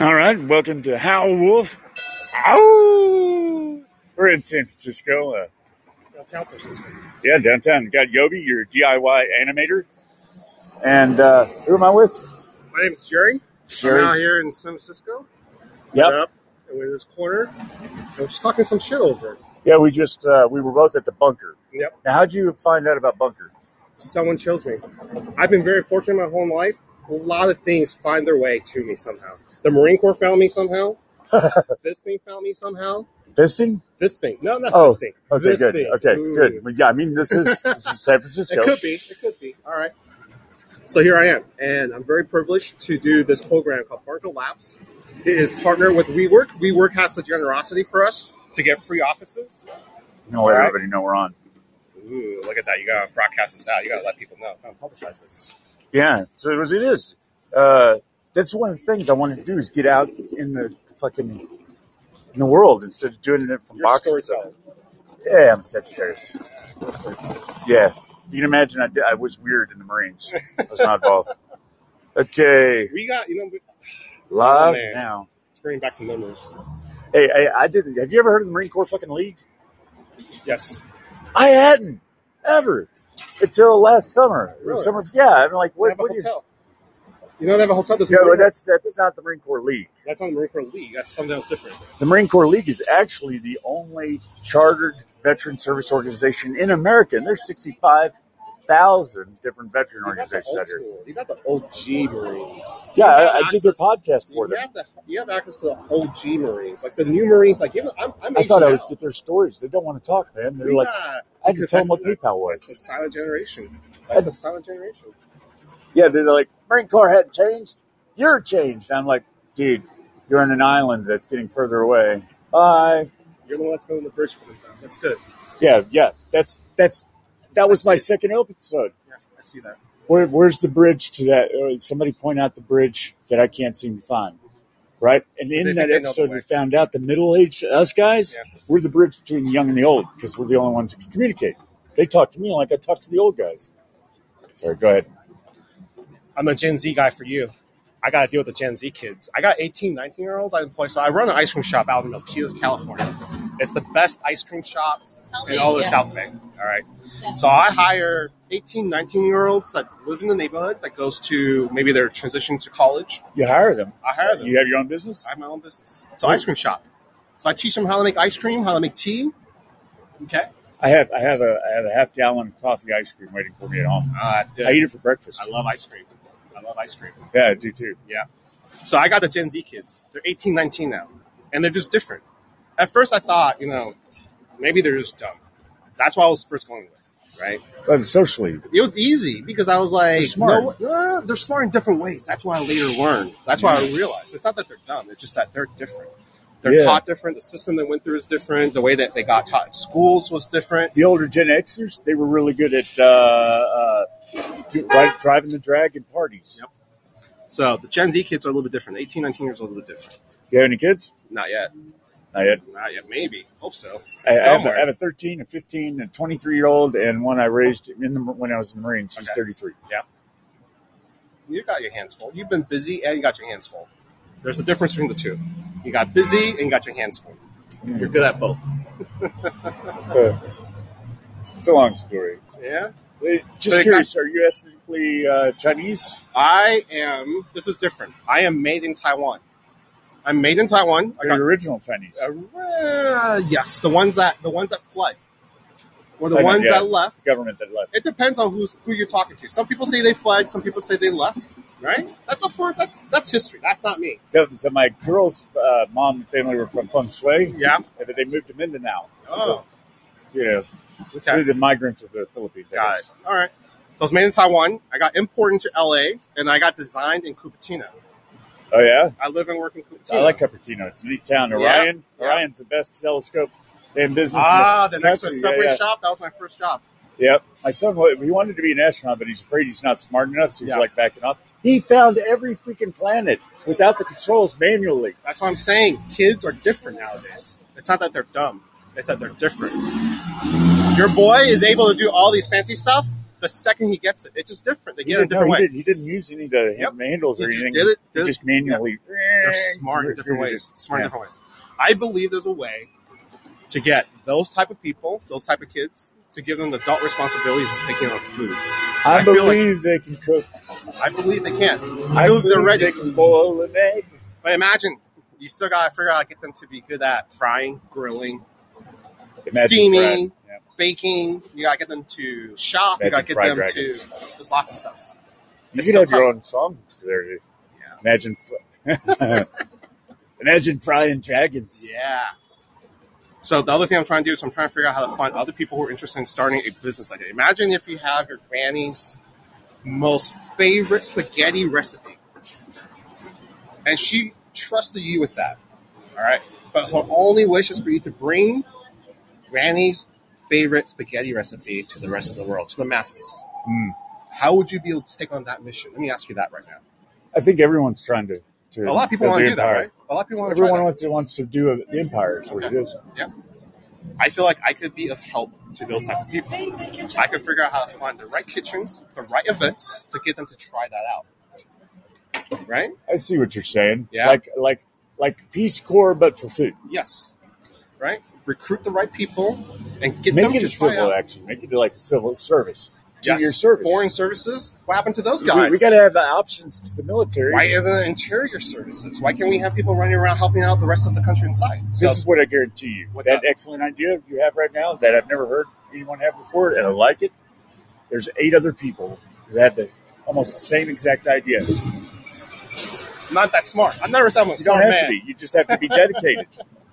All right, welcome to Howl Wolf. Ow! We're in San Francisco. Uh, downtown San Francisco. yeah, downtown. Got Yogi, your DIY animator. And uh, who am I with? My name is Jerry. Jerry. I'm out here in San Francisco. Yep. Up and we're in this corner. And we're just talking some shit over. Yeah, we just, uh, we were both at the bunker. Yep. Now, how'd you find out about bunker? Someone chose me. I've been very fortunate my whole life. A lot of things find their way to me somehow. The Marine Corps found me somehow. this thing found me somehow. Fisting? This thing. No, not Oh, this thing. Okay, this good. Thing. Okay, Ooh. good. Well, Yeah, I mean, this is, this is San Francisco. It could be. It could be. All right. So here I am, and I'm very privileged to do this program called Barker Labs. It is partnered with WeWork. WeWork has the generosity for us to get free offices. No, everybody know we're on. Ooh, look at that. You got to broadcast this out. You got to let people know. Gotta publicize this. Yeah, so it was- it is. Uh, that's one of the things I want to do is get out in the fucking in the world instead of doing it from You're a boxes. storyteller. Yeah, I'm secretary. Yeah, you can imagine I, did- I was weird in the Marines. I was an oddball. Okay, We got, you know, live Oh, man. now. it's bringing back some memories. Hey, I, I didn't. Have you ever heard of the Marine Corps fucking League? Yes. I hadn't ever until last summer. Really? Summer, yeah. I'm like, They what? have a what do you? hotel. You know, they have a hotel. This Yeah, Marine but Corps- that's that's not the Marine Corps League. that's on the Marine Corps League. That's something else different. The Marine Corps League is actually the only chartered veteran service organization in America. And there's 65,000 different veteran You got the organizations old out here. school. You got the OG Marines. Yeah, You I, got I did a access- podcast for You them. have, the, you have access to the OG Marines, like the new Marines. Like, you know, I'm, I'm I thought I aging would out. get their stories. They don't want to talk, man. They're We like, got- I had to tell them what that's- PayPal was. That's a silent generation. That's a silent generation. Yeah, they're like, Marine Corps hadn't changed. You're changed. And I'm like, dude, you're on an island that's getting further away. Bye. You're the one that's going to the bridge for them. Now. That's good. Yeah, yeah. That's that's that was That's my it. second episode. Yeah, I see that. Where, where's the bridge to that? Uh, somebody point out the bridge that I can't seem to find. Right? And They in think that they know the episode, way. we found out the middle aged us guys, Yeah. we're the bridge between the young and the old because we're the only ones who can communicate. They talk to me like I talk to the old guys. Sorry, go ahead. I'm a Gen Z guy for you. I got to deal with the Gen Z kids. I got 18, 19 year olds I employ. So I run an ice cream shop out in Milpitas, California. It's the best ice cream shop Tell in me, all the yes. South Bay. All right. Yeah. So I hire 18, 19 year olds that live in the neighborhood that goes to maybe they're transitioning to college. You hire them. I hire them. You have your own business? I have my own business. It's an ice cream shop. So I teach them how to make ice cream, how to make tea. Okay. I have I have a I have a half gallon of coffee ice cream waiting for me at home. Ah, that's good. I eat it for breakfast. I love ice cream. I love ice cream. Yeah, I do too. So I got the Gen Z kids. They're 18, 19 now, and they're just different. At first, I thought, you know, maybe they're just dumb. That's what I was first going with, right? But socially, It was easy because I was like, They're smart. No, uh, they're smart in different ways. That's what I later learned. That's what I realized. It's not that they're dumb. It's just that they're different. They're Yeah. taught different. The system they went through is different. The way that they got taught in schools was different. the older Gen Xers, they were really good at uh, uh, do, right, driving the drag and parties. Yep. So the Gen Z kids are a little bit different. 18, 19 years old are a little bit different. You have any kids? Not yet. Not yet. Not yet. Maybe. Hope so. I, I, have, a, Somewhere. I have a 13, a 15, a 23 year old, and one I raised in the, when I was in the Marines. She's Okay. 33. you got your hands full. You've been busy and you got your hands full. There's a difference between the two. You got busy and you got your hands full. Hmm. You're good at both. Uh, it's a long story. Yeah. Uh, Just But it curious, are you ethnically uh, Chinese? I am. This is different. I am made in Taiwan. I'm made in Taiwan. I Or got, you original Chinese? uh, yes, the ones that the ones that fled, or the I know, ones yeah. that left. Government that left. It depends on who's who you're talking to. Some people say they fled. Some people say they left. Right? That's up for that's that's history. That's not me. So, so my girl's uh, mom and family were from Feng Shui, Yeah. but they moved to Mindanao. Oh. Yeah, Okay. the migrants of the Philippines. I Got guess. it. All right. So I was made in Taiwan. I got imported to LA, and I got designed in Cupertino. Oh yeah, I live and work in Cupertino. I like Cupertino. It's a neat town. Yeah, Orion, yeah. Orion's the best telescope in business. Ah, in the next country. subway Yeah, yeah. shop. That was my first job. Yep. My son, wa- he wanted to be an astronaut, but he's afraid he's not smart enough, so he's Yeah. like backing off. He found every freaking planet without the controls manually. That's what I'm saying. Kids are different nowadays. It's not that they're dumb. It's that they're different. Your boy is able to do all these fancy stuff the second he gets it. It's just different. They He get it a didn't, no, different he, way. didn't, he didn't use any of the hand- Yep. handles He or just anything. did it- He did it- just manually. They're smart in different ways. Smart in Yeah. different ways. I believe there's a way to get those type of people, those type of kids, to give them adult responsibilities of taking on food. I, I feel like- believe they can cook. I believe they can. I, believe they're ready. They can boil an egg. But imagine you still gotta figure out how to get them to be good at frying, grilling, Imagine Steaming. fried- yeah. baking. You gotta get them to shop. you gotta Imagine get fried them dragons. to. There's lots of stuff. You It's can still have your tough. own song. There. you- Yeah. Imagine. fr- Imagine frying dragons. Yeah. So the other thing I'm trying to do is I'm trying to figure out how to find other people who are interested in starting a business idea. Imagine if you have your granny's most favorite spaghetti recipe, and she trusted you with that. All right, but her only wish is for you to bring granny's favorite spaghetti recipe to the rest of the world, to the masses. Hmm. How would you be able to take on that mission? Let me ask you that right now. I think everyone's trying to. to A lot of people build want the to do that, empire. right? A lot of people want to. Everyone that. wants to, wants to do a, the empire. Is what it is. I feel like I could be of help to those type of people. I could figure out how to find the right kitchens, the right events to get them to try that out. Right? I see what you're saying. Yeah. Like like like Peace Corps, but for food. Yes. Right? Recruit the right people and get Make them it to a try civil out. action. Make it like a civil service. Do Yes. your service. Foreign services. What happened to those We- guys? we got to have the options to the military. Why isn't it interior services? Why can't we have people running around helping out the rest of the country inside? So, This is what I guarantee you. What's that up? excellent idea you have right now that I've never heard anyone have before, and I like it. There's eight other people who had the almost the same exact idea. You not that smart. I've never said I'm a don't smart have man. to be. You just have to be dedicated.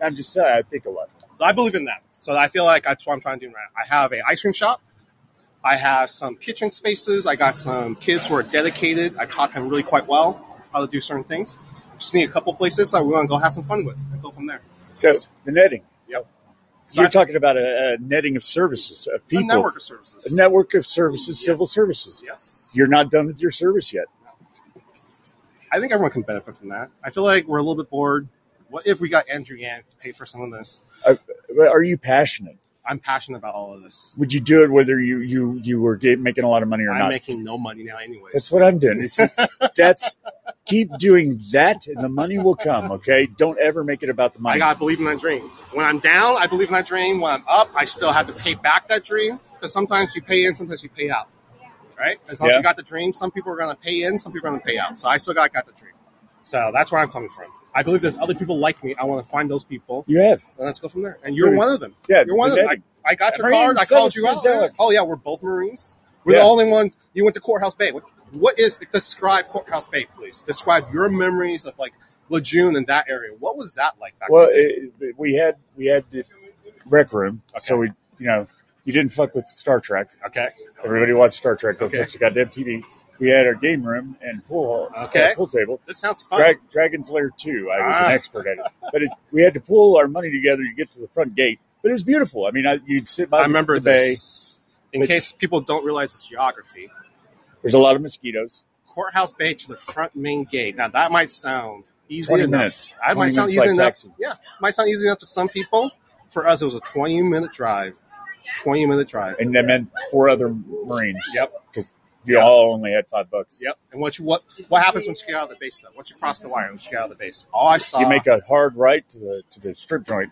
I'm just saying. I think a lot. So I believe in that. So I feel like that's what I'm trying to do right now. I have a ice cream shop. I have some kitchen spaces. I got some kids who are dedicated. I've taught them really quite well how to do certain things. Just need a couple places that we want to go have some fun with and go from there. So the netting. Yep. So you're Sorry? talking about a, a netting of services of A people, network of services. A network of services, civil services. Yes. You're not done with your service yet. I think everyone can benefit from that. I feel like we're a little bit bored. What if we got Andrew Yang to pay for some of this? Uh, But Are you passionate? I'm passionate about all of this. Would you do it whether you you you were get, making a lot of money or I'm not? making no money now, anyways. That's what I'm doing. It's- that's keep doing that, and the money will come. Okay, don't ever make it about the money. I gotta believe in that dream. When I'm down, I believe in that dream. When I'm up, I still have to pay back that dream. Because sometimes you pay in, sometimes you pay out. Right? As long as Yeah. you got the dream, some people are gonna pay in, some people are gonna pay out. So I still got got the dream. So that's where I'm coming from. I believe there's other people like me. I want to find those people, you have. and let's go from there. And you're Dude. one of them. Yeah, you're one of the them. I, I got your Marine card. I Service called you out. Medallion. Oh yeah, we're both Marines. We're Yeah. the only ones. You went to Courthouse Bay. What, what is describe Courthouse Bay, please? Describe your memories of like Lejeune and that area. What was that like back? Well, in the day? it, it- we had we had the rec room, so we you know you didn't fuck with Star Trek. Okay. Everybody watched Star Trek. Go Okay. fix the goddamn TV. We had our game room and pool Okay. uh, pool table. This sounds fun. Drag, Dragon's Lair two. I was Ah. an expert at it, but it, we had to pull our money together to get to the front gate. But it was beautiful. I mean, I, you'd sit by I the- remember the bay. this. In But- case people don't realize its geography, There's a lot of mosquitoes. Courthouse Bay to the front main gate. Now that might sound easy 20 enough. minutes. That 20 might sound minutes easy by enough. taxi. Yeah, might sound easy enough to some people. For us, it was a 20 minute drive. 20 minute drive. and then meant four other Marines. Yep. Because you all only had five bucks. Yep. And once you what what happens once you get out of the base though? Once you cross the wire, once you get out of the base, all I saw You make a hard right to the to the strip joint.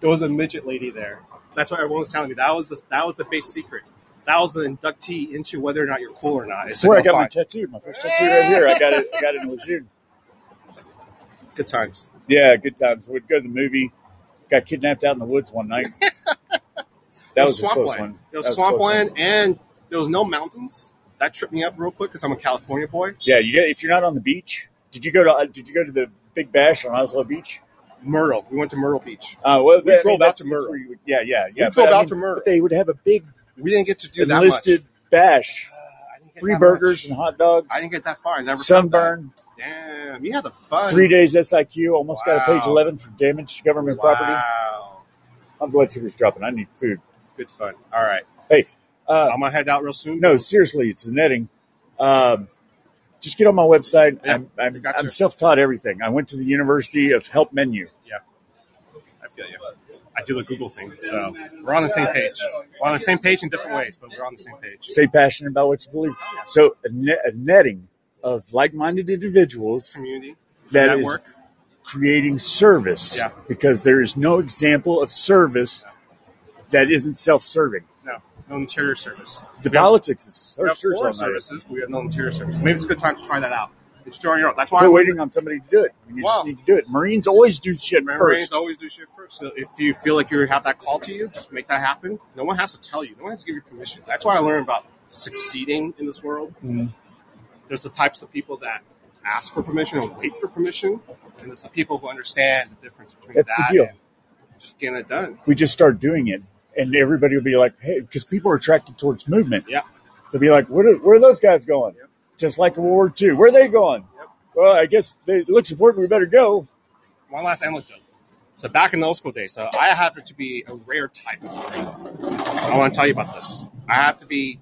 there was a midget lady there. That's what everyone was telling me. That was the, that was the base secret. That was the inductee into whether or not you're cool or not. It's That's where I got find. my tattoo. My first tattoo right here. I got it. I got it in Lejeune. good times. Yeah, good times. We'd go to the movie. Got kidnapped out in the woods one night. That was, a close swampland. one. It was, That was a close swampland, one. and there was no mountains. That tripped me up real quick because I'm a California boy. Yeah, you get if you're not on the beach. Did you go to uh, Did you go to the Big Bash on Oslo Beach? Myrtle. We went to Myrtle Beach. Uh, well, We that- drove out that's- to that's Myrtle. where you would- Yeah, yeah, yeah. but drove I out mean, to Myrtle. but They would have a big We didn't get to do that enlisted bash, much. I didn't get free that burgers much. and hot dogs, I didn't get that far. I never. sunburn. felt that. Damn, you had the fun. Three days SIQ, almost got a page Wow. 11 for damaged government property. Wow. My blood sugar's dropping. I need food. Good fun. All right. Uh, I'm gonna head out real soon. no, seriously, it's the netting. Um, just get on my website. Yeah, I'm, I'm, gotcha. I'm self taught everything. I went to the University of Help Menu. I feel you. I do the Google thing, so we're on the same page. We're on the same page in different ways, but we're on the same page. Stay passionate about what you believe. So, a, ne- a netting of like minded individuals Community. that is Network. creating service Yeah. because there is no example of service that isn't self-serving. No, no interior service. The We have- politics is we have sure foreign it's all nice. services, but we have no interior service. Maybe it's a good time to try that out. It's during your own. That's why We're I'm waiting on somebody to do it. You Wow. just need to do it. Marines always do shit Marines first. always do shit first. So if you feel like you have that call to you, just make that happen. No one has to tell you. No one has to give you permission. That's why I learned about succeeding in this world. Mhm. There's the types of people that ask for permission and wait for permission, and there's the people who understand the difference between That's the that deal. and just getting it done. we just start doing it, and everybody will be like, "Hey," because people are attracted towards movement. Yeah. they'll be like, "Where are, where are those guys going?" Yep. Just like World War II, where are they going? Yep. Well, I guess they, it looks important. We better go. one last anecdote. So back in the old school days, so I happen to be a rare type of Marine. I want to tell you about this. I have to be.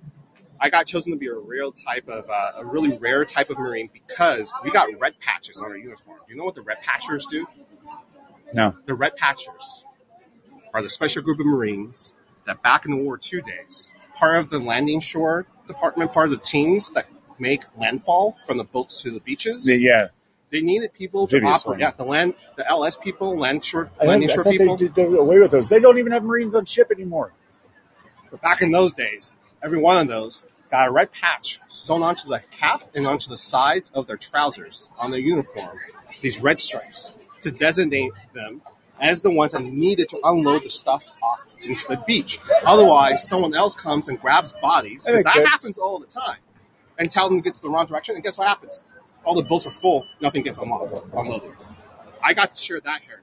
I got chosen to be a real type of uh, a really rare type of Marine because we got red patches on our uniform. Do you know what the red patchers do? No, The red patchers are the special group of Marines that back in the War II days, part of the landing shore department, part of the teams that make landfall from the boats to the beaches. yeah, They needed people to Amphibious operate. landing. Yeah, the land, the LS people, land shore, I, landing think- I shore thought people. they did did away with those. They don't even have Marines on ship anymore. But back in those days, every one of those got a red patch sewn onto the cap and onto the sides of their trousers on their uniform, these red stripes, to designate them as the ones that needed to unload the stuff off into the beach. Otherwise, someone else comes and grabs bodies, That 'cause makes that sense. happens all the time, and tell them to get to the wrong direction, and guess what happens? All the boats are full, nothing gets unlo- unloaded. I got to share that heritage.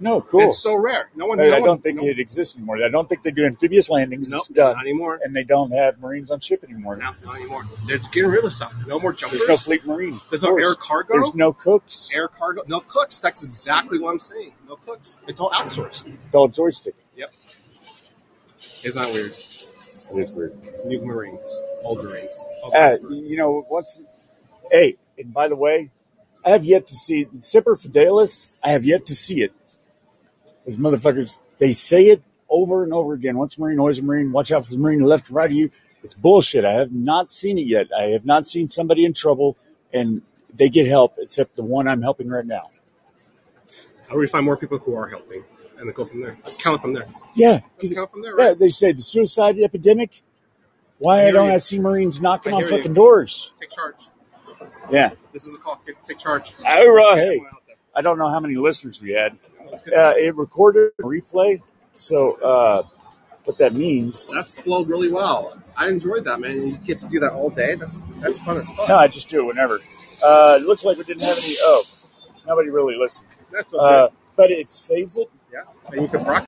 No, cool. It's so rare. No one. I, no I one- don't think no, it exists anymore. I don't think they do amphibious landings. no, it's done, not anymore. and they don't have Marines on ship anymore. No, not anymore. They're getting rid of stuff. No more jumpers. There's no fleet Marine. There's Of no course. air cargo. There's no cooks. air cargo. No cooks. That's exactly what I'm saying. No cooks. It's all outsourced. It's all joystick. It's not weird. It is weird. New Marines, old Marines. old Uh, Marines. you know, once, hey, and by the way, I have yet to see Zipper Fidelis. I have yet to see it. Those motherfuckers, they say it over and over again. Once a Marine, always a Marine. Watch out for the Marine left and right of you. It's bullshit. I have not seen it yet. I have not seen somebody in trouble and they get help, except the one I'm helping right now. How do we find more people who are helping, and then go from there? Let's count from there. Yeah, 'cause- Let's count from there. yeah. Right. They say the suicide epidemic. I Why hear don't you. I see Marines knocking I on hear you. fucking doors? Take charge. Yeah. This is a call. Get- Take charge. All right. Get everyone out there. I don't know how many listeners we had. Let's get- uh, it recorded a replay. So uh, what that means? That flowed really well. I enjoyed that, man. You get to do that all day. That's that's fun as fuck. No, I just do it whenever. Uh, it looks like we didn't have any. Oh, nobody really listened. That's okay. Uh, but it saves it. yeah, and you can rock